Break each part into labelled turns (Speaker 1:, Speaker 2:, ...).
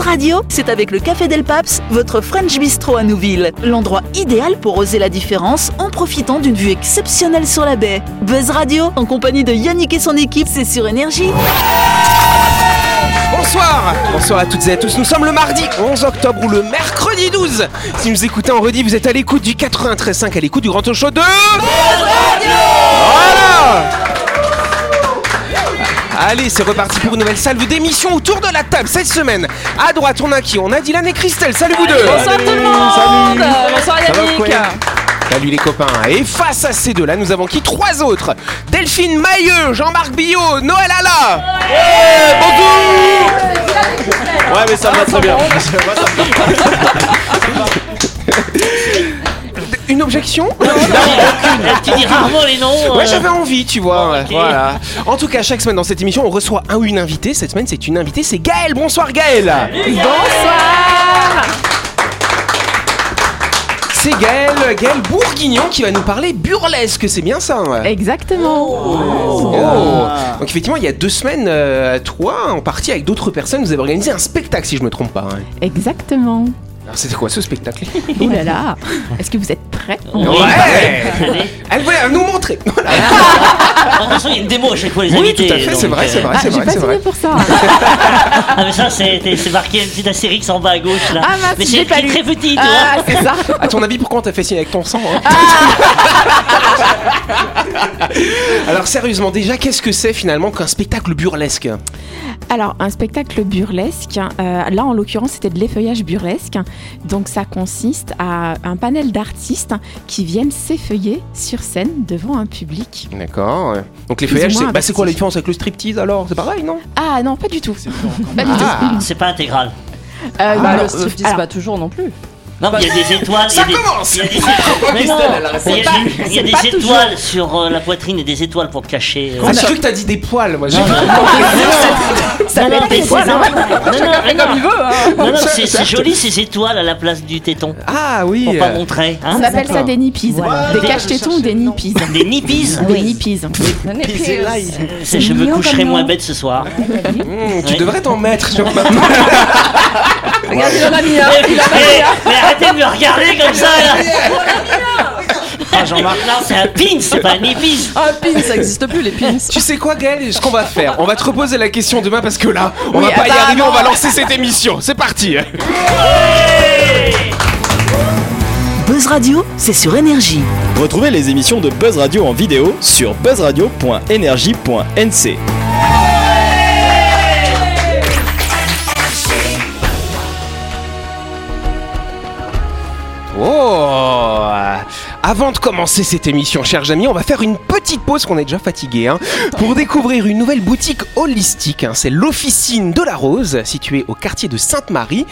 Speaker 1: Radio, c'est avec le Café Del Paps, votre French Bistro à Nouville. L'endroit idéal pour oser la différence en profitant d'une vue exceptionnelle sur la baie. Buzz Radio, en compagnie de Yannick et son équipe, c'est sur Énergie.
Speaker 2: Bonsoir Bonsoir à toutes et à tous, nous sommes le mardi 11 octobre ou le mercredi 12 Si vous écoutez en redit, vous êtes à l'écoute du 93.5, à l'écoute du Grand Talk Show de... Voilà Allez, c'est reparti pour une nouvelle salve d'émission autour de la table cette semaine. À droite, on a qui On a Dylan et Christelle. Salut vous deux
Speaker 3: Bonsoir tout le monde Bonsoir Yannick
Speaker 2: Salut les copains. Et face à ces deux-là, nous avons qui Trois autres Delphine Mailleux, Jean-Marc Billot, Noël Alla
Speaker 4: Ouais, mais ça va très bien. Moi, ça me va.
Speaker 2: Une objection
Speaker 5: qui dit rarement les noms. euh,
Speaker 2: Ouais, j'avais envie, tu vois.
Speaker 5: ok.
Speaker 2: Voilà. En tout cas, chaque semaine dans cette émission, on reçoit un ou une invitée. Cette semaine, c'est une invitée, c'est Gaëlle. Bonsoir Gaëlle.
Speaker 3: Bonsoir
Speaker 2: C'est Gaëlle, Gaëlle Bourguignon qui va nous parler burlesque. C'est bien ça. ouais.
Speaker 3: Exactement
Speaker 2: Oh. Donc effectivement, il y a deux semaines, euh, toi, en partie avec d'autres personnes, vous avez organisé un spectacle, si je me trompe pas. hein.
Speaker 3: Exactement
Speaker 2: Alors c'était quoi ce spectacle
Speaker 3: Oh là là Est-ce que vous êtes prêts
Speaker 2: Ouais. Elle voulait nous montrer. Voilà.
Speaker 5: De toute façon, il y a une démo à chaque fois, les
Speaker 2: Oui, tout
Speaker 5: invités,
Speaker 2: à fait.
Speaker 5: donc,
Speaker 2: C'est vrai,
Speaker 5: euh,
Speaker 2: c'est vrai,
Speaker 3: Ah,
Speaker 2: c'est
Speaker 3: j'ai
Speaker 2: vrai,
Speaker 3: pas
Speaker 2: c'est
Speaker 3: signé
Speaker 2: vrai.
Speaker 3: pour ça
Speaker 5: Ah, mais ça, c'est c'est marqué une petite astérix en bas à gauche là.
Speaker 3: Ah mince,
Speaker 5: mais
Speaker 3: j'ai
Speaker 5: c'est
Speaker 3: pas
Speaker 5: écrit
Speaker 3: lu
Speaker 5: très petit, tu
Speaker 3: Ah,
Speaker 5: vois.
Speaker 3: c'est ça
Speaker 2: À ton avis, pourquoi on t'a fait signer avec ton sang hein
Speaker 6: Ah
Speaker 2: Alors sérieusement, déjà, qu'est-ce que c'est finalement qu'un spectacle burlesque
Speaker 3: Alors, un spectacle burlesque, euh, là en l'occurrence c'était de l'effeuillage burlesque, donc ça consiste à un panel d'artistes qui viennent s'effeuiller sur scène devant un public.
Speaker 2: D'accord. ouais. Donc les
Speaker 3: Plus ou
Speaker 2: feuillages,
Speaker 3: moins
Speaker 2: c'est bah, c'est quoi la
Speaker 3: investi.
Speaker 2: différence avec le striptease alors C'est pareil, non
Speaker 3: Ah non, pas du tout Pas du tout
Speaker 2: Ah,
Speaker 5: C'est pas intégral.
Speaker 3: Euh,
Speaker 6: Bah,
Speaker 3: non,
Speaker 6: le
Speaker 3: euh,
Speaker 6: striptease,
Speaker 3: alors,
Speaker 6: pas toujours non plus.
Speaker 5: Non, mais il y a des étoiles. il y
Speaker 2: ça
Speaker 5: a des-
Speaker 2: commence
Speaker 5: Il y a des étoiles. Mais non, il y a des- il y a des étoiles sur euh, la poitrine et des étoiles pour cacher. euh,
Speaker 2: Ah, j'ai cru que t'as dit des poils, moi. j'ai-
Speaker 5: Non, non, mais c'est- non, non, mais non. Non, non,
Speaker 2: Ça-
Speaker 5: c'est
Speaker 2: ça-
Speaker 5: c'est joli ces étoiles à la place du téton.
Speaker 2: Ah oui.
Speaker 5: Pour pas montrer. hein.
Speaker 3: on appelle ça des nippies,
Speaker 5: Voilà.
Speaker 3: des cache-tétons ou des nippies.
Speaker 5: Des nippies. euh,
Speaker 3: Des nippies.
Speaker 5: C'est- Je me coucherai moins bête ce soir.
Speaker 2: Mmh, tu
Speaker 5: Oui.
Speaker 2: devrais t'en mettre. sur-
Speaker 6: Regardez, il en a
Speaker 2: Ah,
Speaker 6: mis un.
Speaker 5: Eh,
Speaker 2: hein.
Speaker 5: mais arrêtez de me regarder comme ça là Ah Jean-Marc là c'est un pin, c'est pas un épice
Speaker 2: Ah,
Speaker 6: Un pin, Ah, ça existe plus, les pins.
Speaker 2: tu sais quoi, Gaël Ce qu'on va faire, on va te reposer la question demain parce que là, on
Speaker 6: Oui, ah
Speaker 2: va
Speaker 6: bah
Speaker 2: pas y
Speaker 6: apparemment.
Speaker 2: arriver. On va lancer cette émission. C'est parti.
Speaker 1: Buzz Radio, c'est sur Énergie.
Speaker 4: Retrouvez les émissions de Buzz Radio en vidéo sur buzzradio.energie.nc.
Speaker 2: Oh Avant de commencer cette émission, chers amis, on va faire une petite pause qu'on est déjà fatigué hein, pour découvrir une nouvelle boutique holistique. hein. C'est l'Officine de la Rose, située au quartier de Sainte-Marie.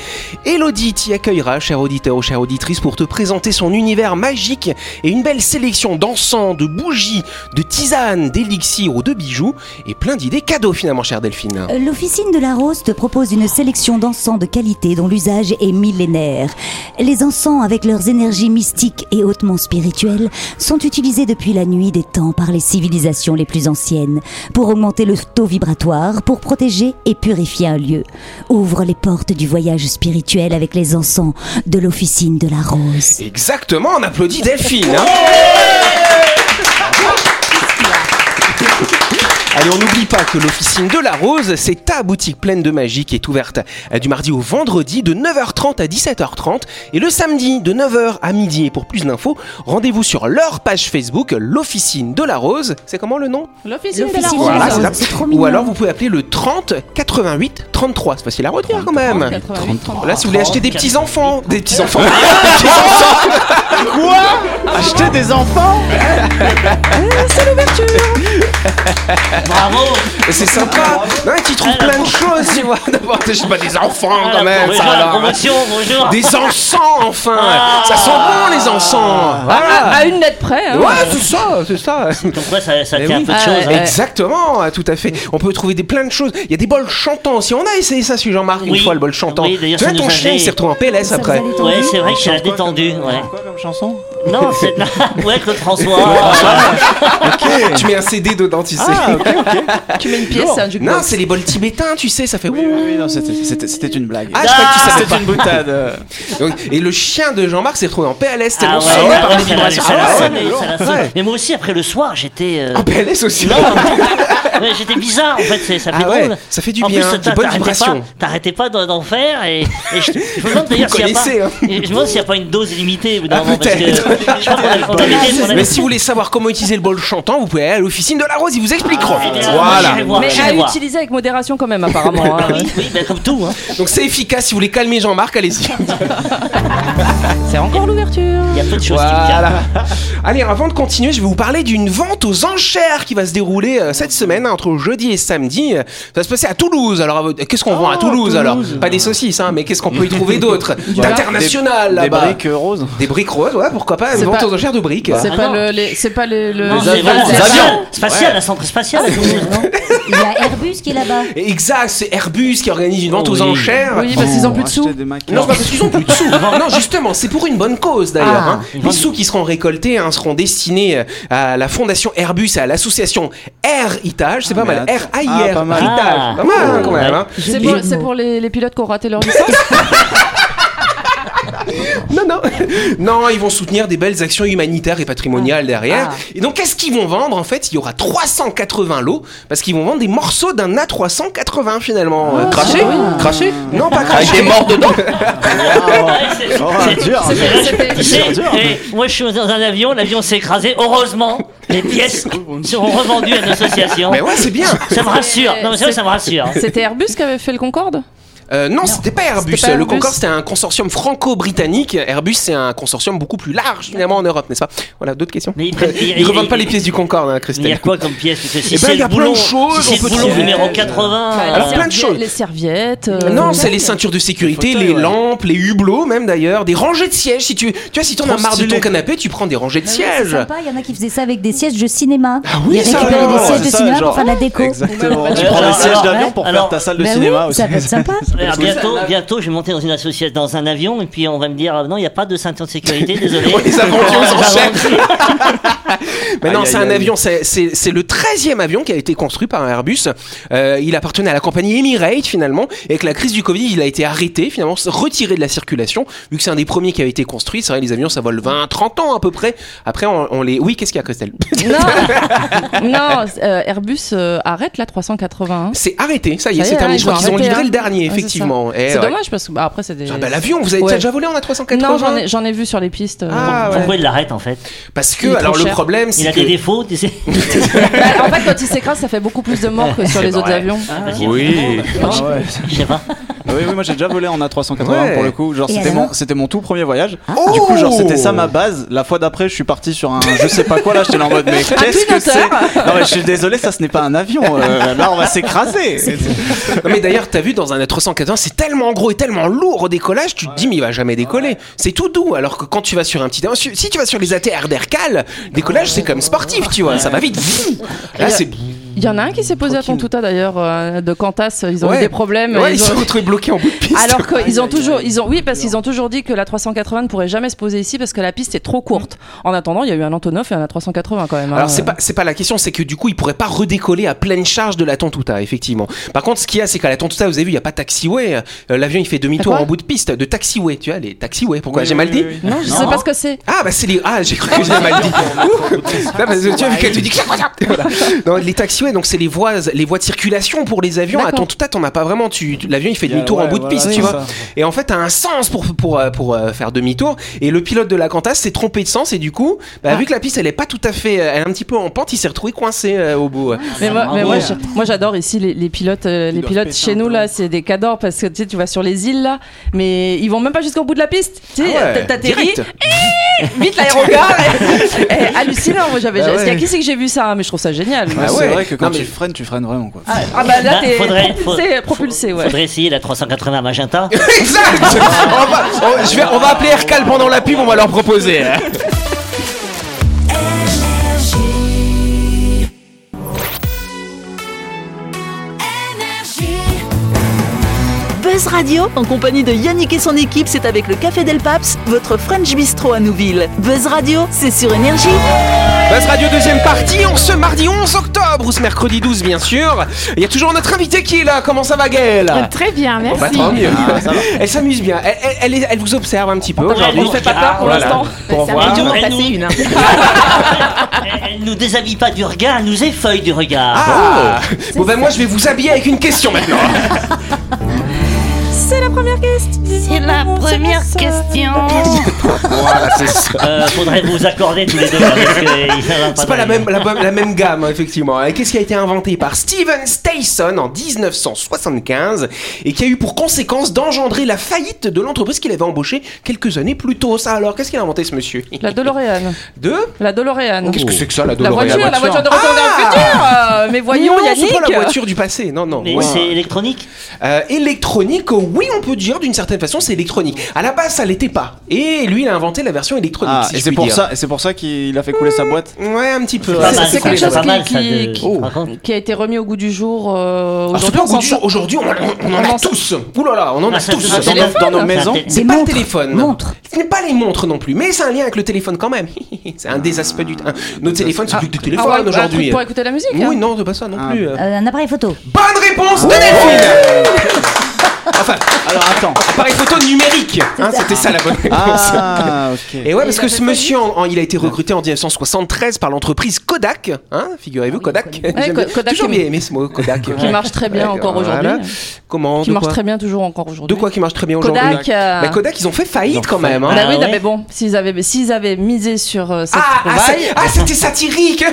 Speaker 2: Elodie t'y accueillera, cher auditeur ou chère auditrice, pour te présenter son univers magique et une belle sélection d'encens, de bougies, de tisanes, d'élixirs ou de bijoux et plein d'idées cadeaux finalement, chère Delphine.
Speaker 7: Euh, L'officine de la Rose te propose une sélection d'encens de qualité dont l'usage est millénaire. Les encens, avec leurs énergies mystiques et hautement spirituelles, sont utilisés depuis la nuit des temps par les civilisations les plus anciennes pour augmenter le taux vibratoire, pour protéger et purifier un lieu. Ouvre les portes du voyage spirituel avec les encens de l'officine de la Rose.
Speaker 2: Exactement, on applaudit Delphine. hein. Allez, on n'oublie pas que l'officine de la Rose, c'est ta boutique pleine de magie qui est ouverte euh, du mardi au vendredi de 9h30 à 17h30 et le samedi de 9h à midi. Et pour plus d'infos, rendez-vous sur leur page Facebook, l'officine de la Rose. C'est comment le nom
Speaker 6: L'officine
Speaker 7: de la L'officine
Speaker 2: Voilà,
Speaker 7: Rose,
Speaker 2: c'est ça.
Speaker 7: c'est trop
Speaker 2: Ou
Speaker 7: mignon.
Speaker 2: alors vous pouvez appeler le 30 88 33. C'est facile à retenir quand même. Là, si vous voulez acheter des petits enfants, des petits enfants.
Speaker 4: Acheter des enfants
Speaker 5: Bravo
Speaker 2: C'est sympa. Non, et tu trouves plein de choses, tu vois. D'abord, je sais pas, des enfants
Speaker 5: Ah,
Speaker 2: quand
Speaker 5: la
Speaker 2: même,
Speaker 5: promotion,
Speaker 2: ça
Speaker 5: la
Speaker 2: va.
Speaker 5: promotion, bonjour
Speaker 2: Des encens, enfin.
Speaker 5: Ah.
Speaker 2: Ça sent bon, les encens.
Speaker 6: À,
Speaker 2: Voilà.
Speaker 6: à une lettre près. hein.
Speaker 2: Ouais, c'est ça, c'est ça.
Speaker 5: Donc ouais ça, ça
Speaker 2: Eh
Speaker 5: tient
Speaker 2: oui.
Speaker 5: un peu de
Speaker 6: Ah,
Speaker 5: choses
Speaker 6: ouais.
Speaker 5: hein.
Speaker 2: Exactement, tout à fait. On peut trouver des plein de choses. Il y a des bols chantants aussi. On a essayé ça, sur Jean-Marc, une
Speaker 5: Oui.
Speaker 2: fois le bol chantant.
Speaker 5: Oui, d'ailleurs,
Speaker 2: tu vois,
Speaker 5: ça
Speaker 2: ton
Speaker 5: nous
Speaker 2: chien,
Speaker 5: avait-
Speaker 2: il s'est retrouvé en PLS après.
Speaker 5: hein. Ouais c'est vrai que j'ai détendu ouais.
Speaker 4: Quoi comme chanson
Speaker 5: Ah, Non c'est de la... Ouais Claude François
Speaker 2: Tu mets un CD dedans, tu c'est-
Speaker 6: Tu mets une pièce, c'est un jukebox.
Speaker 2: Non, c'est les bols tibétains, tu sais, ça fait.
Speaker 4: Oui, Ah oui, oui, non, c'était- c'était c'était une blague.
Speaker 2: Ah, je crois que tu savais
Speaker 4: c'était une boutade.
Speaker 2: Donc, et le chien de Jean-Marc s'est retrouvé en PLS
Speaker 5: Ah
Speaker 2: tellement
Speaker 5: ouais,
Speaker 2: sonné
Speaker 5: ouais,
Speaker 2: par
Speaker 5: ouais,
Speaker 2: les
Speaker 5: ça l'a-
Speaker 2: vibrations.
Speaker 5: ça l'a
Speaker 2: Ah ouais,
Speaker 5: sonné,
Speaker 2: mais
Speaker 5: ça l'a
Speaker 2: ouais. Ah, ben,
Speaker 5: sonné. Mais moi aussi, après le soir, j'étais. euh,
Speaker 2: En PLS aussi.
Speaker 5: ouais, j'étais bizarre, en fait, c'est- ça fait
Speaker 2: Ah ouais,
Speaker 5: drôle.
Speaker 2: ça fait du
Speaker 5: en
Speaker 2: bien,
Speaker 5: plus,
Speaker 2: des
Speaker 5: t'as-
Speaker 2: bonnes
Speaker 5: t'arrêtais
Speaker 2: vibrations.
Speaker 5: pas- T'arrêtais pas d'en d'en faire et, et je, je me demande d'ailleurs
Speaker 2: Vous
Speaker 5: s'il n'y a, pas-
Speaker 2: connaissez, hein.
Speaker 5: et je me demande s'il y a pas une dose limitée ou
Speaker 2: Ah,
Speaker 5: non, parce que
Speaker 2: peut-être.
Speaker 5: je crois qu'on avait- on avait été- on avait-
Speaker 2: Mais si vous voulez savoir comment utiliser le bol chantant, vous pouvez aller à l'officine de la Rose, ils vous expliqueront.
Speaker 5: Ah, c'est bien.
Speaker 2: voilà.
Speaker 5: J'irai voir,
Speaker 6: Mais
Speaker 5: j'irai
Speaker 6: à
Speaker 5: voir.
Speaker 6: utiliser avec modération quand même, apparemment. hein.
Speaker 5: Oui, oui, bah, comme tout. hein.
Speaker 2: Donc c'est efficace, si vous voulez calmer Jean-Marc, allez-y.
Speaker 6: C'est encore l'ouverture.
Speaker 5: Il y a peu de choses
Speaker 2: Voilà. Allez, avant de continuer, je vais vous parler d'une vente aux enchères qui va se dérouler euh, cette semaine, hein, entre jeudi et samedi. Euh, Ça va se passer à Toulouse. Alors, euh, qu'est-ce qu'on
Speaker 4: Oh,
Speaker 2: vend à Toulouse, alors Pas des saucisses, hein, mais qu'est-ce qu'on peut y trouver d'autre D'international,
Speaker 4: Des
Speaker 2: là-bas.
Speaker 4: briques roses.
Speaker 2: Des briques roses, ouais, pourquoi pas Une
Speaker 6: C'est
Speaker 2: vente
Speaker 6: pas-
Speaker 2: aux enchères de briques.
Speaker 6: C'est
Speaker 5: Ah
Speaker 6: pas
Speaker 5: non.
Speaker 6: le. les- C'est pas le. le-
Speaker 5: qui arrivent. Non, c'est
Speaker 6: les-
Speaker 5: vraiment
Speaker 6: les-
Speaker 5: spatial, spatial, un centre spatial.
Speaker 7: Il y a Airbus qui est là-bas.
Speaker 2: Exact, c'est Airbus qui organise une vente
Speaker 5: Oh
Speaker 2: aux
Speaker 5: oui.
Speaker 2: enchères.
Speaker 6: Oui, parce qu'ils ont plus de sous.
Speaker 2: Non, c'est pas parce qu'ils ont plus de sous. non, justement, c'est pour une bonne cause d'ailleurs.
Speaker 7: Ah.
Speaker 2: hein. Les sous qui seront récoltés hein, seront destinés euh, à la fondation Airbus et à l'association Air Heritage. C'est
Speaker 4: Ah,
Speaker 2: pas
Speaker 4: mais
Speaker 2: mal.
Speaker 4: attends.
Speaker 2: Air Heritage.
Speaker 4: Ah, pas mal.
Speaker 5: Ah.
Speaker 2: Pas mal hein, quand même. hein.
Speaker 6: C'est
Speaker 2: Et-
Speaker 6: pour, c'est pour les, les pilotes qui ont raté leur licence.
Speaker 2: Non, non. Non, ils vont soutenir des belles actions humanitaires et patrimoniales derrière.
Speaker 6: Ah.
Speaker 2: Et donc, qu'est-ce qu'ils vont vendre En fait, il y aura 380 lots parce qu'ils vont vendre des morceaux d'un A380 finalement. euh,
Speaker 6: Craché
Speaker 4: Craché
Speaker 2: Non, pas
Speaker 8: Avec des
Speaker 2: craché.
Speaker 8: morts dedans
Speaker 4: Oh, dur.
Speaker 5: Tu sais, eh, moi je suis dans un avion, l'avion s'est écrasé. Heureusement, les pièces seront revendues à une association.
Speaker 2: Mais ouais, c'est bien.
Speaker 5: Ça me rassure. Non, mais c'est vrai, ça me rassure.
Speaker 6: C'était Airbus qui avait fait le Concorde
Speaker 2: Euh, non, c'était pas Airbus.
Speaker 6: C'était pas
Speaker 2: Le
Speaker 6: Airbus.
Speaker 2: Concorde, c'était un consortium franco-britannique. Airbus, c'est un consortium beaucoup plus large finalement en Europe, n'est-ce pas Voilà, d'autres questions
Speaker 5: Mais ils prennent-
Speaker 2: Ils
Speaker 5: ils-
Speaker 2: revendent pas
Speaker 5: ils-
Speaker 2: les pièces du Concorde, hein,
Speaker 5: Mais il y a
Speaker 2: Christelle.
Speaker 5: quoi comme pièce Parce que si
Speaker 2: Eh ben,
Speaker 5: c'est
Speaker 2: il y a
Speaker 5: le
Speaker 2: plein
Speaker 5: boulon,
Speaker 2: de choses,
Speaker 5: si
Speaker 2: on
Speaker 5: c'est le
Speaker 2: peut
Speaker 5: boulon
Speaker 2: trouver.
Speaker 5: numéro 80.
Speaker 6: Enfin, les
Speaker 2: alors,
Speaker 5: euh,
Speaker 2: plein de
Speaker 6: serviettes-
Speaker 2: choses.
Speaker 6: Les serviettes. euh,
Speaker 2: Non, c'est les ceintures de sécurité,
Speaker 4: Les fauteuils,
Speaker 2: les
Speaker 4: ouais.
Speaker 2: lampes, les hublots même d'ailleurs, des rangées de sièges. Si tu, tu vois, si t'en
Speaker 4: Trop
Speaker 2: as marre de
Speaker 4: stylé.
Speaker 2: ton canapé, tu prends des rangées de
Speaker 7: Bah oui, c'est
Speaker 2: sièges.
Speaker 7: sympa, il y en a qui faisaient ça avec des sièges de cinéma.
Speaker 2: Ah oui,
Speaker 7: Ils
Speaker 2: ça,
Speaker 7: récupéraient
Speaker 2: alors,
Speaker 7: des sièges de
Speaker 4: c'est ça,
Speaker 7: cinéma
Speaker 4: genre.
Speaker 7: pour faire de la déco.
Speaker 4: Exactement. Tu
Speaker 5: Ouais,
Speaker 4: prends des
Speaker 5: alors,
Speaker 4: sièges
Speaker 5: alors,
Speaker 4: d'avion pour faire
Speaker 5: alors,
Speaker 4: ta salle de
Speaker 7: Bah
Speaker 4: cinéma
Speaker 7: oui,
Speaker 4: aussi.
Speaker 7: ça peut être sympa.
Speaker 5: alors, bientôt, bientôt, je vais monter dans une association, dans un avion, et puis on va me dire, euh, non, il n'y a pas de ceinture de sécurité, désolé. Ah, bah,
Speaker 2: les aventures
Speaker 5: Voilà,
Speaker 2: en chair.
Speaker 5: j'avance.
Speaker 2: Mais non,
Speaker 4: Aïe,
Speaker 2: c'est
Speaker 4: aïe,
Speaker 2: un
Speaker 4: aïe.
Speaker 2: avion, c'est- c'est c'est le 13e avion qui a été construit par un Airbus. Euh, il appartenait à la compagnie Emirates finalement. Et avec la crise du Covid, il a été arrêté, finalement retiré de la circulation. Vu que c'est un des premiers qui avait été construit, c'est vrai, les avions, ça vole 20, 30 ans à peu près. Après, on, on les... Oui, qu'est-ce qu'il y a, Christelle
Speaker 6: Non, non euh, Airbus euh, arrête la 381.
Speaker 2: C'est arrêté, ça y est,
Speaker 6: Ça y est,
Speaker 2: c'est terminé.
Speaker 6: hein,
Speaker 2: Je crois
Speaker 6: ils ont
Speaker 2: qu'ils ont
Speaker 6: arrêté,
Speaker 2: livré
Speaker 6: hein.
Speaker 2: le dernier,
Speaker 6: Ouais, c'est ça.
Speaker 2: effectivement. Eh,
Speaker 6: C'est
Speaker 2: ouais.
Speaker 6: dommage parce que bah, après c'est des.
Speaker 2: Ah bah, l'avion, vous avez
Speaker 6: Ouais.
Speaker 2: déjà volé en A380
Speaker 6: non, j'en ai, j'en ai vu sur les pistes. euh.
Speaker 2: Ah, ouais.
Speaker 5: bah, Pourquoi il l'arrête en fait
Speaker 2: Parce que,
Speaker 6: Il est
Speaker 2: alors
Speaker 6: trop
Speaker 2: le
Speaker 6: cher.
Speaker 2: problème,
Speaker 5: Il
Speaker 2: c'est
Speaker 5: a
Speaker 2: que...
Speaker 5: des défauts, tu sais.
Speaker 6: Bah, en fait, quand il s'écrase, ça fait beaucoup plus de morts que sur les autres
Speaker 4: vrai.
Speaker 6: avions.
Speaker 5: Vas-y,
Speaker 4: Oui. Ah ouais.
Speaker 5: Je sais pas.
Speaker 4: Ah Oui, oui, moi j'ai déjà volé en A380
Speaker 2: Ouais.
Speaker 4: pour le coup. Genre,
Speaker 7: Et
Speaker 4: c'était
Speaker 7: alors
Speaker 4: mon, c'était mon tout premier voyage.
Speaker 2: Oh
Speaker 4: du coup, genre, c'était ça ma base. La fois d'après, je suis parti sur un je sais pas quoi. Là, j'étais là en mode, mais qu'est-ce que c'est Non, mais je suis désolé, ça ce n'est pas un avion. euh, là, on va s'écraser.
Speaker 2: Non, mais d'ailleurs, t'as vu dans un A380, c'est tellement gros et tellement lourd au décollage, tu te dis, mais il va jamais décoller. C'est tout doux, alors que quand tu vas sur un petit. Si si tu vas sur les ATR d'Ercal, décollage, c'est comme sportif, tu vois, ça va vite. Là, c'est.
Speaker 6: Il y en a un qui s'est posé à Tontouta d'ailleurs, euh, de Cantas. Ils ont
Speaker 2: Ouais.
Speaker 6: eu des problèmes.
Speaker 2: Ouais,
Speaker 6: ils
Speaker 2: ils
Speaker 6: ont-
Speaker 2: se sont retrouvés bloqués en bout de piste.
Speaker 6: Alors qu'ils ont toujours, ils ont, oui, parce qu'ils ont toujours dit que la 380 ne pourrait jamais se poser ici parce que la piste est trop courte. En attendant, il y a eu un Antonov et un A380 quand même. hein.
Speaker 2: Alors c'est pas c'est pas la question, c'est que du coup ils pourraient pas redécoller à pleine charge de la Tontouta effectivement. Par contre, ce qu'il y a, c'est qu'à la Tontouta, vous avez vu, il y a pas taxiway. Euh, L'avion il fait demi-tour
Speaker 6: À quoi
Speaker 2: en bout de piste de taxiway. Tu vois les taxiway Pourquoi
Speaker 4: Oui,
Speaker 2: j'ai
Speaker 4: oui,
Speaker 2: mal
Speaker 4: oui,
Speaker 2: dit
Speaker 4: oui.
Speaker 6: Non, je sais pas ce que c'est.
Speaker 2: Ah bah c'est les ah j'ai cru que j'ai mal dit. Ouh. Non, parce que tu vois, vu qu'elle te dit Voilà. Non, les taxiways donc c'est les voies les voies de circulation pour les avions.
Speaker 6: D'accord.
Speaker 2: Attends tout à t'en as pas vraiment tu tu- l'avion il fait
Speaker 4: Il y a-
Speaker 2: demi-tour en
Speaker 4: ouais,
Speaker 2: bout de
Speaker 4: voilà,
Speaker 2: piste
Speaker 4: c'est
Speaker 2: tu vois.
Speaker 4: ça.
Speaker 2: Et en fait t'as un sens pour pour euh, pour euh, faire demi-tour et le pilote de la Qantas s'est trompé de sens et du coup
Speaker 6: Ah.
Speaker 2: bah, vu que la piste elle est pas tout à fait euh, elle est un petit peu en pente il s'est retrouvé coincé euh, au bout. ouais.
Speaker 6: Mais moi, mais moi,
Speaker 5: ouais.
Speaker 6: je- moi, j'adore ici les, les pilotes, euh, les
Speaker 4: doivent
Speaker 6: pilotes
Speaker 4: péter
Speaker 6: chez
Speaker 4: un
Speaker 6: nous
Speaker 4: peu.
Speaker 6: là, c'est des cadors parce que tu sais, tu vas sur les îles là, mais ils vont même pas jusqu'au bout de la piste. Tu sais,
Speaker 2: Ah ouais,
Speaker 6: t'a- t'atterris,
Speaker 2: direct.
Speaker 6: vite l'aérogare. et, et hallucinant, moi j'avais.
Speaker 2: Bah
Speaker 6: Il y a
Speaker 2: ouais.
Speaker 6: qui c'est que j'ai vu ça, mais je trouve ça génial.
Speaker 2: Ah
Speaker 4: C'est
Speaker 2: ouais.
Speaker 4: vrai que quand
Speaker 2: Non, mais-
Speaker 4: tu freines, tu freines vraiment quoi.
Speaker 6: Ah bah là
Speaker 5: Bah,
Speaker 6: t'es
Speaker 5: faudrait-
Speaker 6: propulsé, euh,
Speaker 5: faut-
Speaker 6: propulsé, ouais.
Speaker 5: Faudrait essayer la 380 Magenta.
Speaker 2: exact. on, va, on- je vais- on va appeler Aircal pendant la pub on va leur proposer.
Speaker 1: Buzz Buzz Radio, en compagnie de Yannick et son équipe, c'est avec le Café Del Paps, votre French Bistro à Nouville. Buzz Radio, c'est sur Énergie.
Speaker 2: Buzz Radio deuxième partie, on ce mardi 11 octobre ou ce mercredi 12 bien sûr. Il y a toujours notre invitée qui est là, comment ça va Gaëlle
Speaker 3: Très bien,
Speaker 2: Bon, bah,
Speaker 3: merci.
Speaker 2: tant mieux. Elle s'amuse bien, elle, elle- elle est- elle vous observe un petit peu aujourd'hui.
Speaker 5: elle nous fait pas peur pour
Speaker 2: Voilà.
Speaker 5: l'instant.
Speaker 2: Pour
Speaker 3: ça
Speaker 2: voir.
Speaker 3: va toujours
Speaker 5: Elle
Speaker 3: passer
Speaker 5: nous-
Speaker 3: une. hein.
Speaker 5: Elle- Elle nous déshabille pas du regard, elle nous effeuille du regard.
Speaker 2: Ah Bon ben moi je vais vous habiller avec une question maintenant.
Speaker 8: C'est la première question.
Speaker 2: voilà, c'est ça.
Speaker 5: Euh, faudrait vous accorder tous les deux. là, parce que il- ça va
Speaker 2: C'est pas la
Speaker 5: d'aller.
Speaker 2: même, la, bonne- la même gamme, hein, effectivement. Et Qu'est-ce qui a été inventé par Steven Stason en 1975 et qui a eu pour conséquence d'engendrer la faillite de l'entreprise qu'il avait embauchée quelques années plus tôt Ça alors, qu'est-ce qu'il a inventé ce monsieur
Speaker 6: La DeLorean.
Speaker 2: De
Speaker 6: La DeLorean.
Speaker 2: Oh, Qu'est-ce que c'est que ça, la
Speaker 6: La
Speaker 2: DeLorean
Speaker 6: voiture, la voiture de retour
Speaker 2: Ah
Speaker 6: vers le futur. euh, mais voyons,
Speaker 2: non, c'est
Speaker 6: Yannick.
Speaker 2: pas la voiture du passé, non, non.
Speaker 5: Mais
Speaker 2: Ouais.
Speaker 5: c'est électronique
Speaker 2: Euh, électronique, oui, on peut dire d'une certaine façon, c'est électronique. À la base, ça l'était pas. Et lui, il a inventé la version électronique.
Speaker 4: Ah,
Speaker 2: si
Speaker 4: et
Speaker 2: je
Speaker 4: c'est
Speaker 2: puis
Speaker 4: pour
Speaker 2: dire.
Speaker 4: ça, et c'est pour ça qu'il a fait couler sa boîte.
Speaker 2: Ouais, un petit peu.
Speaker 5: Pas
Speaker 2: Ouais,
Speaker 5: mal,
Speaker 2: ça,
Speaker 6: C'est
Speaker 5: ça,
Speaker 6: quelque
Speaker 5: c'est
Speaker 6: chose
Speaker 5: pas
Speaker 6: qui-
Speaker 5: mal, ça,
Speaker 6: qui-
Speaker 5: de-
Speaker 6: qui-
Speaker 5: tu te rends compte
Speaker 6: Qui a été remis au goût du jour euh,
Speaker 2: Alors, c'est pas
Speaker 6: aujourd'hui.
Speaker 2: au goût du
Speaker 6: sans-
Speaker 2: jour. Aujourd'hui, on, on- on en a
Speaker 6: Comment ça
Speaker 2: tous. Ouh là là, on en a
Speaker 5: Ah, ça,
Speaker 2: tous.
Speaker 5: ça,
Speaker 2: Dans
Speaker 5: ça,
Speaker 2: nos-
Speaker 5: ça,
Speaker 4: dans nos
Speaker 5: ça,
Speaker 4: maisons.
Speaker 5: ça,
Speaker 2: C'est
Speaker 7: Des
Speaker 2: pas le
Speaker 7: montres,
Speaker 2: téléphone.
Speaker 7: montres.
Speaker 2: Ce n'est pas les montres non plus, mais c'est un lien avec le téléphone quand même. c'est un des aspects du. un- Nos téléphones, c'est plus que des
Speaker 6: Ah ouais,
Speaker 2: téléphones
Speaker 6: un truc
Speaker 2: aujourd'hui.
Speaker 6: pour écouter la musique. hein.
Speaker 2: Oui, non, c'est pas ça non
Speaker 4: Ah.
Speaker 2: plus.
Speaker 7: Euh, un appareil photo.
Speaker 2: Bonne réponse de Delphine Enfin,
Speaker 4: Euh, Alors attends.
Speaker 2: appareil photo numérique. hein, C'était ça la bonne réponse.
Speaker 4: Ah, ok.
Speaker 2: Et ouais, parce que ce monsieur, en- en- il a été recruté en 1973 par l'entreprise Kodak. Hein, Figurez-vous, Kodak. J'aime
Speaker 6: Ouais,
Speaker 2: bien-
Speaker 6: Ah Kodak
Speaker 2: Toujours
Speaker 6: aimé.
Speaker 2: bien aimé ce mot, Kodak.
Speaker 6: Qui marche très bien
Speaker 2: Ouais,
Speaker 6: encore
Speaker 2: voilà.
Speaker 6: aujourd'hui.
Speaker 2: Comment
Speaker 6: Qui
Speaker 2: de
Speaker 6: marche
Speaker 2: quoi
Speaker 6: très bien toujours encore aujourd'hui.
Speaker 2: De quoi qui marche très bien aujourd'hui
Speaker 6: Kodak. euh,
Speaker 2: Bah, Kodak, ils ont fait
Speaker 4: Ils ont
Speaker 2: faillite quand
Speaker 4: fait-
Speaker 2: même. hein.
Speaker 6: Bah
Speaker 5: Ah
Speaker 6: oui, non,
Speaker 5: ouais.
Speaker 6: mais bon, s'ils avaient, s'ils avaient misé sur euh, cette
Speaker 2: Ah, ah,
Speaker 6: trouvaille,
Speaker 2: c'est- ah, c'était satirique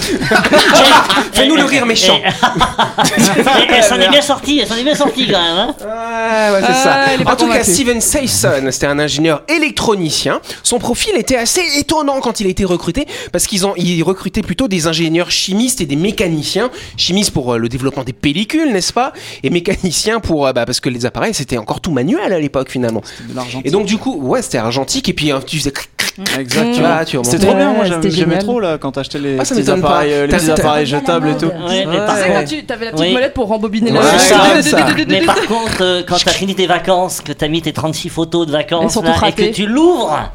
Speaker 2: Jean-Marc, Fais-nous le rire méchant.
Speaker 5: Eh, eh, Elle s'en est bien sortie, elle s'en est bien sortie quand même. hein.
Speaker 2: Ouais, ouais, c'est ça.
Speaker 6: Ah, il est pas
Speaker 2: En tout cas,
Speaker 6: convaincu.
Speaker 2: Steven Sayson, c'était un ingénieur électronicien. Son profil était assez étonnant quand il a été recruté, parce qu'ils ont ils recrutaient plutôt des ingénieurs chimistes et des mécaniciens. Chimistes pour euh, le développement des pellicules, n'est-ce pas Et mécaniciens pour euh, bah, parce que les appareils c'était encore tout manuel à l'époque finalement.
Speaker 4: De l'argent.
Speaker 2: Et donc du coup, ouais, c'était argentique et puis euh, tu faisais cric, cric, cric, tu
Speaker 4: Exactement.
Speaker 2: vois, tu remontais.
Speaker 4: C'était trop bien, moi
Speaker 6: Ouais,
Speaker 4: j'aimais
Speaker 6: c'était
Speaker 4: j'aimais
Speaker 6: génial.
Speaker 4: trop là quand t'achetais les
Speaker 2: Ah, ça
Speaker 4: petits
Speaker 2: m'étonne pas.
Speaker 4: appareils, euh, les
Speaker 2: T'as- euh,
Speaker 4: petits
Speaker 2: t'as-
Speaker 4: appareils jetables et tout.
Speaker 5: Ouais, mais
Speaker 6: Tu
Speaker 5: par
Speaker 6: sais, quand
Speaker 5: contre,
Speaker 6: tu avais la petite
Speaker 5: Oui.
Speaker 6: molette pour rembobiner
Speaker 2: Ouais,
Speaker 6: la
Speaker 2: c'est ça.
Speaker 5: mais par contre, euh, quand t'as fini tes vacances, que t'as mis tes 36 photos de
Speaker 6: Elles
Speaker 5: vacances
Speaker 6: sont
Speaker 5: là,
Speaker 6: toutes
Speaker 5: et que
Speaker 6: ratées.
Speaker 5: tu l'ouvres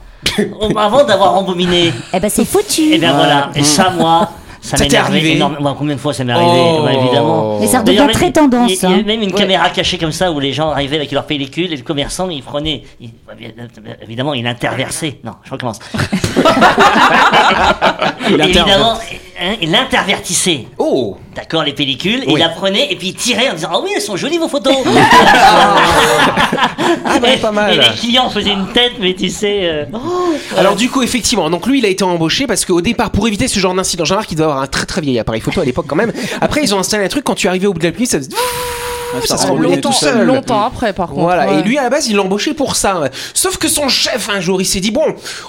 Speaker 5: au- avant d'avoir embominé,
Speaker 7: Eh ben c'est foutu.
Speaker 5: et bien voilà, et ça, moi. Ça
Speaker 2: Ça
Speaker 5: m'est
Speaker 2: t'est arrivé
Speaker 5: arrivé énormément. Combien de fois ça m'est arrivé
Speaker 2: Oh.
Speaker 5: Ouais, Évidemment.
Speaker 7: Mais ça redevient
Speaker 5: D'ailleurs, même-
Speaker 7: très tendance,
Speaker 5: Il y, a- il y a
Speaker 7: hein.
Speaker 5: même une
Speaker 6: Ouais.
Speaker 5: caméra cachée comme ça où les gens arrivaient avec leur pellicule et le commerçant, il prenait. il- évidemment, il interversait. Non, je recommence.
Speaker 4: Il
Speaker 5: évidemment, hein, il intervertissait.
Speaker 2: Oh
Speaker 5: D'accord, les pellicules,
Speaker 2: Oui.
Speaker 5: il la prenait et puis il tirait en disant Ah oui, elles sont jolies vos photos
Speaker 2: Ah bah,
Speaker 5: Et-
Speaker 2: pas mal.
Speaker 5: Et les clients faisaient une tête, mais tu sais. euh,
Speaker 7: Oh.
Speaker 2: Alors du coup effectivement, donc lui il a été embauché parce qu'au départ pour éviter ce genre d'incident, Jean-Marc il doit avoir un très très vieil appareil photo à l'époque quand même. Après ils ont installé un truc quand tu arrivais au bout de la pluie ça faisait ça se roulait
Speaker 6: longtemps,
Speaker 2: tout seul.
Speaker 6: longtemps après, par contre.
Speaker 2: Voilà,
Speaker 6: ouais.
Speaker 2: et lui à la base il l'embauchait pour ça. Sauf que son chef un jour il s'est dit bon,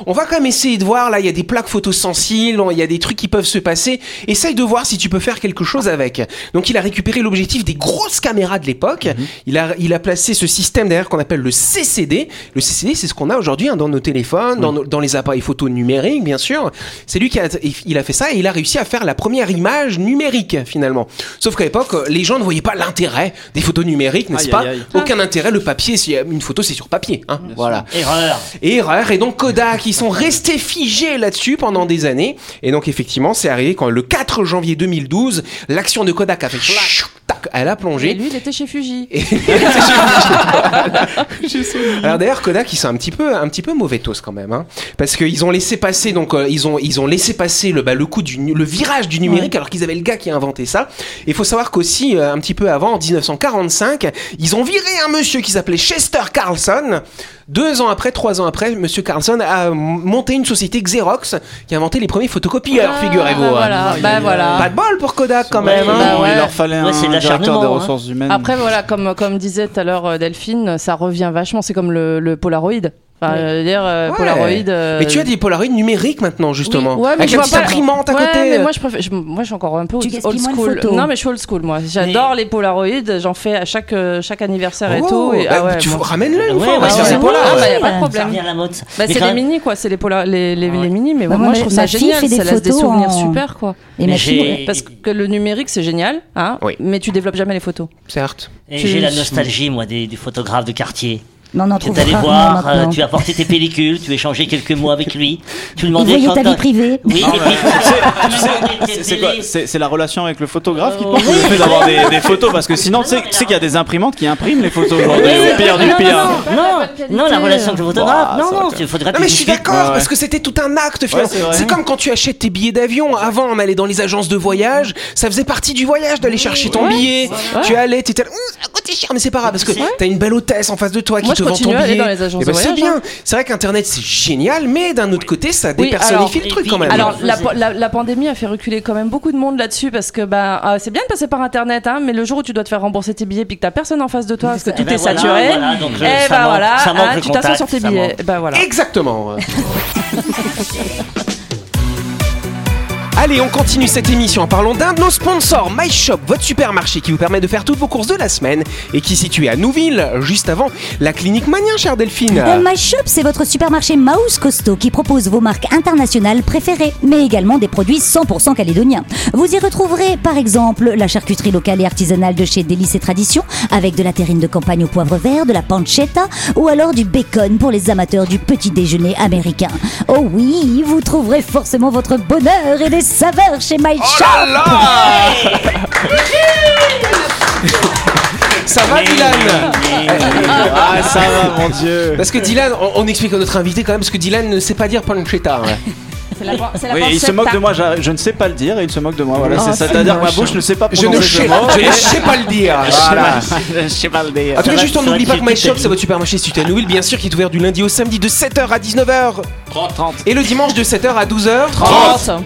Speaker 2: on va quand même essayer de voir là, il y a des plaques photosensibles, il y a des trucs qui peuvent se passer, essaye de voir si tu peux faire quelque chose avec. Donc il a récupéré l'objectif des grosses caméras de l'époque,
Speaker 4: Mhm.
Speaker 2: il, a, il a placé ce système derrière qu'on appelle le CCD. Le CCD c'est ce qu'on a aujourd'hui hein, dans nos téléphones, dans, nos- dans les appareils photo numériques bien sûr. C'est lui qui a, il a fait ça et il a réussi à faire la première image numérique finalement. Sauf qu'à l'époque les gens ne voyaient pas l'intérêt des photos numériques, n'est-ce
Speaker 4: Aïe,
Speaker 2: pas
Speaker 4: aïe, aïe.
Speaker 2: aucun intérêt. Le papier, s'il y a une photo, c'est sur papier. hein, voilà.
Speaker 5: Erreur
Speaker 2: Et Erreur. Et donc Kodak, ils sont restés figés là-dessus pendant des années. Et donc effectivement, c'est arrivé quand le 4 janvier 2012, l'action de Kodak a fait chou, tac, elle a
Speaker 6: Et
Speaker 2: plongé.
Speaker 6: lui, il était chez Fuji.
Speaker 2: Alors d'ailleurs Kodak ils sont un petit peu un petit peu mauvais tous quand même hein. parce qu'ils ont laissé passer donc euh, ils ont ils ont laissé passer le bah, le coup du nu- le virage du numérique alors qu'ils avaient le gars qui a inventé ça. Il faut savoir qu'aussi euh, un petit peu avant en 1945 ils ont viré un monsieur qui s'appelait Chester Carlson. Deux ans après trois ans après monsieur Carlson a m- monté une société Xerox qui a inventé les premiers photocopieurs
Speaker 6: Ah,
Speaker 2: figurez-vous.
Speaker 6: bah
Speaker 2: hein.
Speaker 6: voilà, bah voilà.
Speaker 2: Pas de bol pour Kodak quand même. hein.
Speaker 6: Bah ouais.
Speaker 4: Ah Il leur fallait
Speaker 5: Ouais, c'est de
Speaker 4: un directeur des
Speaker 5: l'acharnement, hein.
Speaker 4: ressources humaines.
Speaker 6: Après, voilà, comme, comme disait tout à l'heure euh, Delphine, ça revient vachement. C'est comme le, le Polaroid. Enfin, je veux dire, euh,
Speaker 2: Ouais.
Speaker 6: Polaroid. euh,
Speaker 2: Mais tu as des Polaroid numériques maintenant, justement.
Speaker 6: Oui, ouais, mais
Speaker 2: avec
Speaker 6: je
Speaker 2: la
Speaker 6: vois
Speaker 2: petite
Speaker 6: pas-
Speaker 2: imprimante à
Speaker 6: Ouais,
Speaker 2: côté.
Speaker 6: mais moi, je préfère- je- moi, je suis encore un peu
Speaker 7: Tu
Speaker 6: old
Speaker 7: gaspilles
Speaker 6: old
Speaker 7: moins de
Speaker 6: school.
Speaker 7: photos.
Speaker 6: Non, mais je suis old school, moi. J'adore les Polaroids. J'en fais à chaque, euh, chaque anniversaire et
Speaker 2: Oh,
Speaker 6: tout. Et,
Speaker 2: bah,
Speaker 6: ah ouais,
Speaker 2: tu
Speaker 6: moi-
Speaker 2: faut- ramène-le une
Speaker 5: Ouais,
Speaker 2: fois, on va
Speaker 5: ouais,
Speaker 2: se faire
Speaker 5: ouais.
Speaker 2: ces
Speaker 5: Ouais.
Speaker 2: Polaroids.
Speaker 6: Ah, bah, y a pas de
Speaker 7: Ouais.
Speaker 5: Ça revient
Speaker 6: problème.
Speaker 5: à la mode. ça.
Speaker 6: Bah,
Speaker 5: Mais
Speaker 6: c'est
Speaker 5: quand
Speaker 6: les
Speaker 5: même-
Speaker 6: minis, quoi. C'est les, pola- les, les,
Speaker 5: Ah ouais.
Speaker 6: les minis, mais
Speaker 7: Bah,
Speaker 6: moi,
Speaker 7: moi,
Speaker 6: je trouve
Speaker 7: ma
Speaker 6: ça
Speaker 7: fille
Speaker 6: génial.
Speaker 7: fait des
Speaker 6: Ça laisse des
Speaker 7: photos
Speaker 6: souvenirs
Speaker 7: en-
Speaker 6: super, quoi.
Speaker 7: Et
Speaker 5: Mais
Speaker 7: ma
Speaker 5: j'ai-
Speaker 7: fille,
Speaker 6: Parce que le numérique, c'est génial, hein,
Speaker 2: Oui.
Speaker 6: mais tu développes jamais les photos.
Speaker 2: Certes.
Speaker 5: Et
Speaker 6: Tu-
Speaker 5: J'ai la nostalgie, moi, des, des photographes de quartier.
Speaker 7: non, non,
Speaker 5: Tu
Speaker 7: trouve
Speaker 5: es allé
Speaker 7: rarement
Speaker 5: voir, euh,
Speaker 7: maintenant.
Speaker 5: tu as porté tes pellicules, tu échangeais quelques mots avec lui, tu
Speaker 7: Il
Speaker 5: demandais
Speaker 7: voyait
Speaker 5: quand
Speaker 7: ta vie
Speaker 5: t'as-
Speaker 7: privée.
Speaker 5: Oui, et puis
Speaker 4: Tu sais- tu
Speaker 5: tu
Speaker 4: sais,
Speaker 5: demandais tes
Speaker 4: c'est- c'est quoi
Speaker 5: télés.
Speaker 4: C'est c'est la relation avec le photographe qui te
Speaker 5: Euh,
Speaker 4: manque ou
Speaker 5: ah, oui.
Speaker 4: le fait d'avoir des, des photos parce que sinon tu sais, tu sais qu'il y a des imprimantes qui impriment les photos aujourd'hui au pire du
Speaker 5: Non, non,
Speaker 4: pire.
Speaker 5: non, non, non, la relation avec le photographe,
Speaker 4: Bah, ça
Speaker 5: non, non,
Speaker 4: va,
Speaker 5: tu photographes
Speaker 2: Non mais je suis d'accord
Speaker 4: Ouais.
Speaker 2: parce que c'était tout un acte finalement.
Speaker 4: Ouais, c'est vrai.
Speaker 2: c'est comme quand tu achètes tes billets d'avion. Avant on allait dans les agences de voyage, ça faisait partie du voyage d'aller chercher ton billet. Tu allais, t'étais là, Ouh, ça coûtait cher mais c'est pas grave parce que t'as une belle hôtesse en face de toi
Speaker 6: Moi,
Speaker 2: qui te
Speaker 6: je
Speaker 2: vend ton
Speaker 6: continue à
Speaker 2: billet.
Speaker 6: aller dans les agences
Speaker 2: Eh ben,
Speaker 6: de
Speaker 2: c'est
Speaker 6: voyage, hein.
Speaker 2: bien. C'est vrai qu'internet c'est génial mais d'un autre côté ça
Speaker 6: Oui,
Speaker 2: dépersonnifie
Speaker 5: alors-
Speaker 2: le truc quand même.
Speaker 6: Alors,
Speaker 5: faisait.
Speaker 6: la, pa- la- la pandémie a fait reculer quand même beaucoup de monde là-dessus parce que bah, ah, c'est bien de passer par internet, hein, mais le jour où tu dois te faire rembourser tes billets puis que t'as personne en face de toi parce que
Speaker 5: Eh
Speaker 6: tout
Speaker 5: ben
Speaker 6: est
Speaker 5: voilà,
Speaker 6: saturé,
Speaker 5: voilà, donc je-
Speaker 6: et
Speaker 5: ça
Speaker 6: bah
Speaker 5: manque-
Speaker 6: voilà,
Speaker 5: ça manque
Speaker 6: hein,
Speaker 5: le
Speaker 6: tu t'assois
Speaker 5: contact,
Speaker 6: sur tes
Speaker 5: ça
Speaker 6: billets.
Speaker 5: manque.
Speaker 6: Bah voilà.
Speaker 2: Exactement. Allez, on continue cette émission en parlant d'un de nos sponsors, MyShop, votre supermarché qui vous permet de faire toutes vos courses de la semaine et qui est situé à Nouville, juste avant la clinique Mania, chère Delphine.
Speaker 7: Euh, My Shop, c'est votre supermarché Mouse Costaud qui propose vos marques internationales préférées, mais également des produits 100% calédoniens. Vous y retrouverez par exemple la charcuterie locale et artisanale de chez Délices et Traditions, avec de la terrine de campagne au poivre vert, de la pancetta ou alors du bacon pour les amateurs du petit déjeuner américain. Oh oui, vous trouverez forcément votre bonheur et des saveurs chez My Shop.
Speaker 2: Ah là Ça va, Dylan
Speaker 4: Ah ça va mon dieu.
Speaker 2: Parce que Dylan, on, on explique à notre invité quand même, parce que Dylan ne sait pas dire pancetta. hein.
Speaker 4: Oui, il se moque de moi, j'a- je ne sais pas le dire et il se moque de moi. Voilà,
Speaker 6: Oh,
Speaker 4: c'est
Speaker 6: c'est
Speaker 4: ça. C'est-à-dire que ma
Speaker 6: moche.
Speaker 4: bouche ne sait pas
Speaker 2: Je
Speaker 4: prononcer
Speaker 2: ne
Speaker 4: ce
Speaker 2: sais,
Speaker 4: mot.
Speaker 2: je ne sais pas Ah, le dire.
Speaker 4: Voilà. Je sais pas le dire.
Speaker 2: En tout cas, juste on
Speaker 5: ça va
Speaker 2: n'oublie
Speaker 5: être
Speaker 2: pas que My
Speaker 5: toute la
Speaker 2: Shop,
Speaker 5: vie.
Speaker 2: c'est votre supermarché situé à Nouville, bien sûr, qui est ouvert du lundi au samedi de 7h à 19h.
Speaker 4: 30.
Speaker 2: Et le dimanche de 7h à 12h.
Speaker 4: Ah,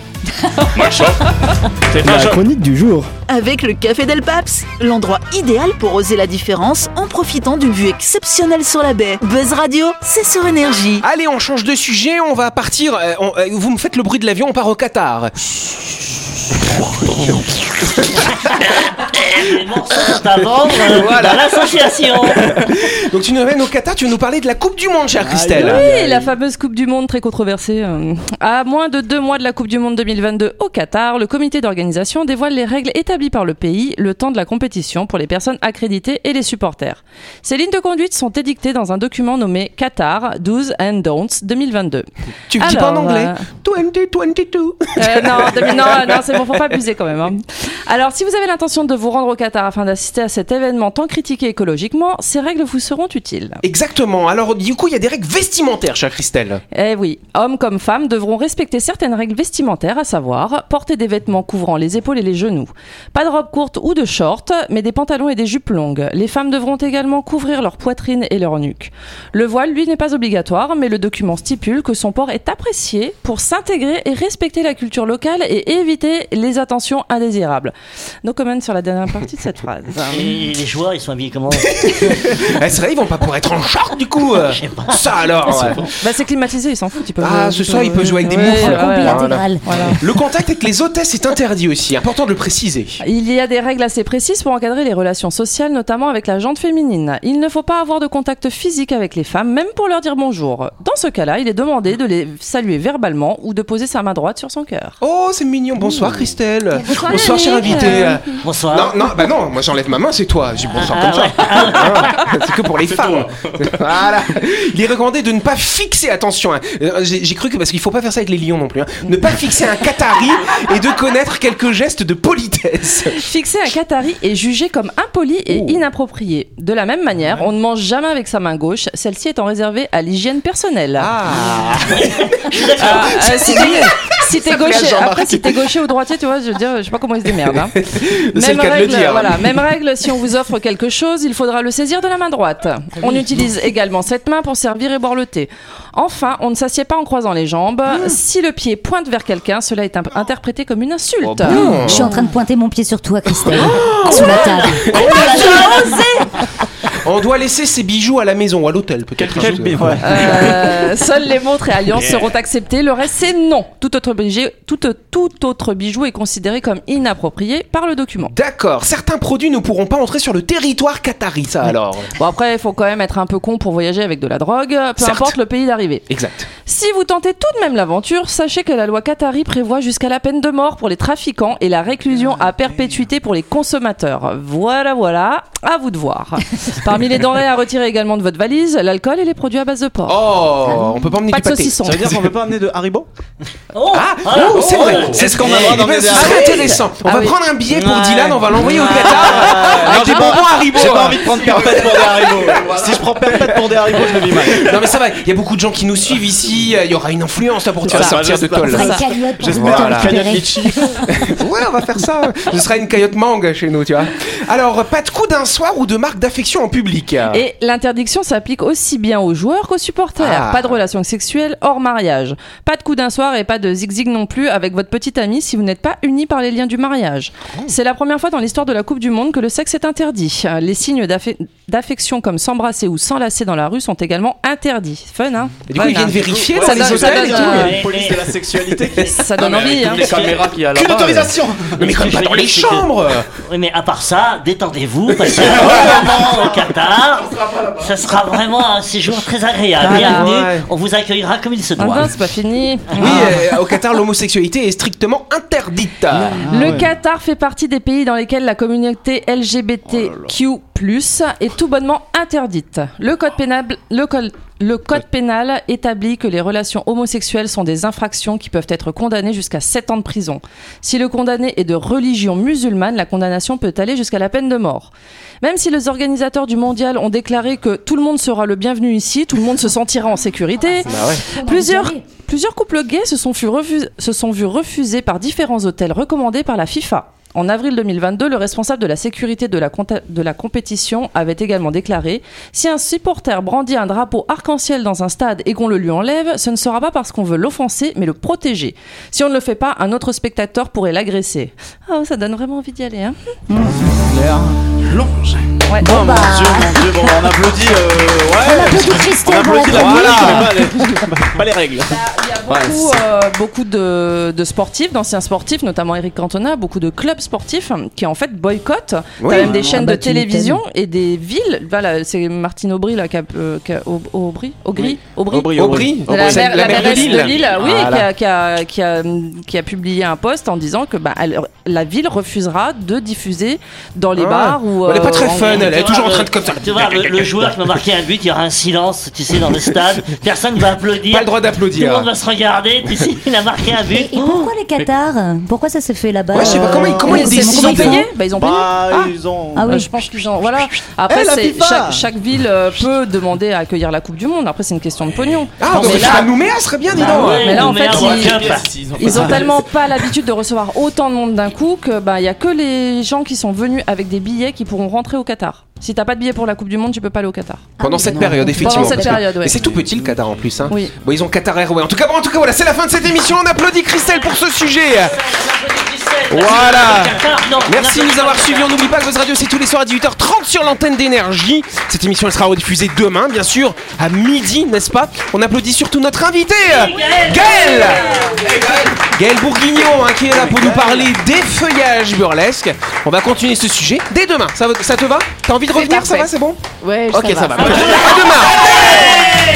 Speaker 9: La chronique du jour.
Speaker 1: Avec le Café Del Paps, l'endroit idéal pour oser la différence en profitant d'une vue exceptionnelle sur la baie. Buzz Radio, c'est sur énergie.
Speaker 2: Allez, on change de sujet, on va partir. euh, on- euh, vous me faites le bruit de l'avion, on part au Qatar.
Speaker 5: Les morceaux sont à vendre euh,
Speaker 2: Voilà.
Speaker 5: dans l'association.
Speaker 2: Donc tu nous ramènes au Qatar, tu veux nous parler de la Coupe du Monde, chère Christelle.
Speaker 6: Oui, la fameuse Coupe du Monde très controversée. euh. À moins de deux mois de la Coupe du Monde 2022 au Qatar, le comité d'organisation dévoile les règles établies par le pays, le temps de la compétition pour les personnes accréditées et les supporters. Ces lignes de conduite sont édictées dans un document nommé Qatar 12 and Don'ts 2022.
Speaker 2: Tu le dis pas en
Speaker 6: Alors,
Speaker 2: anglais.
Speaker 6: euh,
Speaker 2: 2022.
Speaker 6: Euh, non, demi- non, non, c'est bon, faut pas abuser quand même. hein. Alors, si vous avez l'intention de vous rendre au Qatar afin d'assister à cet événement tant critiqué écologiquement, ces règles vous seront utiles.
Speaker 2: Exactement. Alors du coup, il y a des règles vestimentaires, chère Christelle.
Speaker 6: Eh oui, hommes comme femmes devront respecter certaines règles vestimentaires, à savoir porter des vêtements couvrant les épaules et les genoux. Pas de robe courte ou de short, mais des pantalons et des jupes longues. Les femmes devront également couvrir leur poitrine et leur nuque. Le voile, lui, n'est pas obligatoire, mais le document stipule que son port est apprécié pour s'intégrer et respecter la culture locale et éviter les attentions indésirables. No comment sur la dernière partie de cette phrase.
Speaker 5: Et les joueurs, ils sont habillés comment
Speaker 2: Eh, c'est vrai, ils vont pas pouvoir être en short du coup. euh.
Speaker 5: sais pas.
Speaker 2: Ça alors. ouais.
Speaker 6: Bah, c'est climatisé, il s'en fout. il peut-
Speaker 2: Ah, ce soir, il peut jouer avec des
Speaker 6: Ouais,
Speaker 2: moufles.
Speaker 6: ouais,
Speaker 7: Complet
Speaker 6: ouais.
Speaker 7: intégral.
Speaker 6: Voilà.
Speaker 2: Le contact avec les hôtesses est interdit aussi. Important de le préciser.
Speaker 6: Il y a des règles assez précises pour encadrer les relations sociales, notamment avec la jante féminine. Il ne faut pas avoir de contact physique avec les femmes, même pour leur dire bonjour. Dans ce cas-là, il est demandé de les saluer verbalement ou de poser sa main droite sur son cœur.
Speaker 2: Oh, c'est mignon. Bonsoir, Christelle.
Speaker 6: Bonsoir,
Speaker 2: Bonsoir, cher
Speaker 6: Yannick.
Speaker 2: invité.
Speaker 5: Bonsoir.
Speaker 2: Non, non, bah non, moi j'enlève ma main, c'est toi. Je dis bonsoir
Speaker 5: Hein Ah,
Speaker 2: comme ça. Hein, c'est que pour les femmes. Voilà. Il est recommandé de ne pas fixer, attention, hein, euh, j'ai j'ai cru que parce qu'il faut pas faire ça avec les lions non plus, hein, ne pas fixer un Qatari et de connaître quelques gestes de politesse.
Speaker 6: Fixer un Qatari est jugé comme impoli et inapproprié. De la même manière, on ne mange jamais avec sa main gauche, celle-ci étant réservée à l'hygiène personnelle.
Speaker 2: Ah,
Speaker 6: Ah, euh, si t'es- si t'es gaucher,
Speaker 2: Jean-Marc.
Speaker 6: après si t'es gaucher ou droitier, tu vois, je veux dire, je sais pas comment ils se démerdent. hein.
Speaker 2: c'est le cas de le
Speaker 6: règle,
Speaker 2: dire. hein.
Speaker 6: voilà, même règle, si on vous offre quelque chose, il faudra le saisir de la main droite. On utilise également cette main pour servir et boire le thé. Enfin, on ne s'assied pas en croisant les jambes. Si le pied pointe vers quelqu'un, cela est imp- interprété comme une
Speaker 2: Oh,
Speaker 6: insulte.
Speaker 2: bah.
Speaker 7: Je suis en train de pointer mon pied sur toi, Christelle, sous la table.
Speaker 2: On doit laisser ses bijoux à la maison ou à l'hôtel peut-être. hein.
Speaker 4: Quel- quel bijou, ouais.
Speaker 6: Euh, seuls les montres et alliances seront acceptées, le reste c'est non. Tout autre, bijou, tout, tout autre bijou est considéré comme inapproprié par le document.
Speaker 2: D'accord, certains produits ne pourront pas entrer sur le territoire qatari, ça alors.
Speaker 6: Bon après, il faut quand même être un peu con pour voyager avec de la drogue, peu
Speaker 2: Certes.
Speaker 6: importe le pays d'arrivée.
Speaker 2: Exact.
Speaker 6: Si vous tentez tout de même l'aventure, sachez que la loi qatari prévoit jusqu'à la peine de mort pour les trafiquants et la réclusion à perpétuité pour les consommateurs. Voilà, voilà, à vous de voir. Parmi les denrées à retirer également de votre valise, l'alcool et les produits à base de porc.
Speaker 2: Oh, on peut pas emmener
Speaker 6: Pas
Speaker 2: du
Speaker 6: de
Speaker 2: pâté.
Speaker 6: saucisson.
Speaker 4: Ça veut dire qu'on peut pas amener de Haribo
Speaker 5: Oh,
Speaker 2: Ah, oh, c'est vrai. C'est ce qu'on va voir dans
Speaker 4: les derniers.
Speaker 2: C'est intéressant. On
Speaker 6: Ah
Speaker 2: va
Speaker 6: oui.
Speaker 2: prendre un billet pour
Speaker 4: Ouais.
Speaker 2: Dylan, on va l'envoyer au
Speaker 4: Ouais.
Speaker 2: Qatar.
Speaker 4: Ah, Non,
Speaker 2: Avec
Speaker 4: j'ai
Speaker 2: des
Speaker 4: pas-
Speaker 2: bonbons Haribo.
Speaker 4: hein. J'ai pas envie de prendre perpète pour des Haribo. Si je prends perpète pour des Haribo, je me vis mal.
Speaker 2: Non mais ça va, il y a beaucoup de gens qui nous suivent ici, il y aura une influence là pour te
Speaker 4: Ça,
Speaker 2: faire sortir de
Speaker 4: j'espère.
Speaker 2: colle.
Speaker 7: Vraie cagnotte pour
Speaker 2: J'espère
Speaker 7: pouvoir
Speaker 2: la
Speaker 7: récupérer.
Speaker 2: Ouais, on va faire ça. Ce sera une caillotte mangue chez nous, tu vois. Alors, pas de coup d'un soir ou de marque d'affection en public.
Speaker 6: Et l'interdiction s'applique aussi bien aux joueurs qu'aux supporters.
Speaker 2: Ah.
Speaker 6: Pas de relation sexuelle hors mariage. Pas de coup d'un soir et pas de zigzag non plus avec votre petite amie si vous n'êtes pas unis par les liens du mariage.
Speaker 2: Oh.
Speaker 6: C'est la première fois dans l'histoire de la Coupe du Monde que le sexe est interdit. Euh, Les signes d'affe- d'affection comme s'embrasser ou s'enlacer dans la rue sont également interdits. Fun, hein
Speaker 2: Et du coup,
Speaker 6: Fun,
Speaker 2: ils viennent
Speaker 6: hein.
Speaker 2: vérifier dans
Speaker 6: Ça
Speaker 2: les
Speaker 6: donne- ça
Speaker 2: hôtels.
Speaker 5: tout,
Speaker 4: Il
Speaker 6: donne-
Speaker 4: y a
Speaker 5: ouais.
Speaker 4: une police de la sexualité qui.
Speaker 6: Ça donne envie, hein.
Speaker 5: les caméras
Speaker 4: qu'il y a
Speaker 2: Aucune autorisation Mais
Speaker 5: Ce
Speaker 2: comme
Speaker 5: que
Speaker 2: pas
Speaker 5: je
Speaker 2: dans
Speaker 5: veux
Speaker 2: les
Speaker 5: dire, c'est
Speaker 2: chambres
Speaker 5: Oui, mais à part ça, détendez-vous, passez un bon moment au Qatar. Ça sera vraiment un séjour très agréable.
Speaker 6: Ah,
Speaker 5: Bienvenue,
Speaker 2: ouais.
Speaker 5: on vous accueillera comme il se
Speaker 6: Ah
Speaker 5: doit.
Speaker 6: non, c'est pas fini. Ah.
Speaker 2: Oui, euh, au Qatar, l'homosexualité est strictement interdite.
Speaker 6: Le Qatar fait partie des pays dans lesquels la communauté LGBTQ+ est tout bonnement interdite. Le code pénal, le col- le code pénal établit que les relations homosexuelles sont des infractions qui peuvent être condamnées jusqu'à 7 ans de prison. Si le condamné est de religion musulmane, la condamnation peut aller jusqu'à la peine de mort. Même si les organisateurs du mondial ont déclaré que tout le monde sera le bienvenu ici, tout le monde se sentira en sécurité, Plusieurs, plusieurs couples gays se sont, fus refus- se sont vus refuser par différents hôtels recommandés par la FIFA. En avril 2022, le responsable de la sécurité de la, compta- de la compétition avait également déclaré Si un supporter brandit un drapeau arc-en-ciel dans un stade et qu'on le lui enlève, ce ne sera pas parce qu'on veut l'offenser, mais le protéger. Si on ne le fait pas, un autre spectateur pourrait l'agresser. Oh, ça donne vraiment envie d'y aller, hein
Speaker 4: Longe.
Speaker 6: Ouais.
Speaker 4: Oh mon dieu, mon dieu, bon, on applaudit. euh,
Speaker 7: On
Speaker 4: ouais.
Speaker 7: applaudit
Speaker 4: On
Speaker 7: Christelle pour la
Speaker 4: applaudit la musique,
Speaker 7: chronique.
Speaker 4: mais pas les- pas les règles.
Speaker 6: bah, Il y a
Speaker 4: Ouais,
Speaker 6: beaucoup, euh, beaucoup de, de sportifs, d'anciens sportifs, notamment Eric Cantona, beaucoup de clubs sportifs hein, qui en fait boycottent.
Speaker 2: Oui.
Speaker 6: T'as même des
Speaker 7: Ah,
Speaker 6: chaînes
Speaker 7: bah,
Speaker 6: de
Speaker 7: tu m'étonnes.
Speaker 6: télévision et des villes. Voilà, c'est Martine Aubry là, qui a, euh, qui a- Au- Aubry, Aubry, Aubry.
Speaker 4: Aubry,
Speaker 2: Aubry,
Speaker 6: La,
Speaker 2: c'est
Speaker 6: maire- la mairesse de Lille, oui,
Speaker 2: Voilà.
Speaker 6: qui, a, qui, a, qui, a, qui a publié un post en disant que bah, elle- la ville refusera de diffuser dans les
Speaker 2: Ah.
Speaker 6: bars ou. euh,
Speaker 2: Elle est pas très
Speaker 6: en-
Speaker 2: fun, elle est
Speaker 5: Tu
Speaker 2: toujours en
Speaker 5: vois,
Speaker 2: train
Speaker 5: le-
Speaker 2: de comme ça.
Speaker 5: Tu vois, le, le joueur qui va marquer un but, il y aura un silence, tu sais, dans le stade. Personne va applaudir.
Speaker 2: Pas le droit
Speaker 5: Tout le
Speaker 2: d'applaudir.
Speaker 5: monde va se regarder. Tu sais, il a marqué un
Speaker 7: Et,
Speaker 5: but.
Speaker 7: et pourquoi le Qatar Pourquoi ça se fait là-bas
Speaker 2: Ouais, je sais pas, comment ils- comment
Speaker 7: euh,
Speaker 2: ils
Speaker 6: C'est-
Speaker 2: décident
Speaker 6: Ils ont
Speaker 7: font
Speaker 6: payé Bah, ils ont payé.
Speaker 4: Bah,
Speaker 6: Ah.
Speaker 4: ils ont.
Speaker 7: Ah oui.
Speaker 6: Euh, je pense que j'en- voilà. Après,
Speaker 4: Eh, la
Speaker 6: c'est-
Speaker 4: FIFA
Speaker 6: chaque, chaque ville euh, peut demander à accueillir la Coupe du Monde. Après, c'est une question de pognon.
Speaker 2: Ah,
Speaker 6: mais
Speaker 2: donc
Speaker 6: là,
Speaker 2: à Nouméa serait bien, dis
Speaker 5: Ah
Speaker 2: donc.
Speaker 5: ouais,
Speaker 6: mais là, en
Speaker 5: nous
Speaker 6: fait,
Speaker 5: met droit
Speaker 6: ils-
Speaker 5: à cap.
Speaker 6: ils ont tellement pas l'habitude de recevoir autant de monde d'un coup que bah il y a que les gens qui sont venus avec des billets qui pourront rentrer au Qatar. Si t'as pas de billet pour la Coupe du Monde, tu peux pas aller au Qatar.
Speaker 2: Pendant cette période, effectivement.
Speaker 6: Pendant cette période, ouais.
Speaker 2: Et c'est tout petit le Qatar en plus. Hein.
Speaker 6: Oui.
Speaker 2: Bon, ils ont Qatar Airways. En tout cas, bon, en tout cas, voilà, c'est la fin de cette émission. On applaudit Christelle pour ce sujet. Voilà. Merci de nous avoir suivis. On n'oublie pas que votre radio, c'est tous les soirs à 18h30 sur l'antenne d'énergie. Cette émission, elle sera rediffusée demain, bien sûr, à midi, n'est-ce pas On applaudit surtout notre invité, euh, Gaël Gaël Bourguignon, hein, qui est là pour nous parler des feuillages burlesques. On va continuer ce sujet dès demain. Ça, va- ça te va T'as envie de
Speaker 3: C'est
Speaker 2: revenir Ça
Speaker 3: parfait.
Speaker 2: va, c'est bon
Speaker 3: Ouais,
Speaker 2: Ok, ça va.
Speaker 3: Ah,
Speaker 2: À demain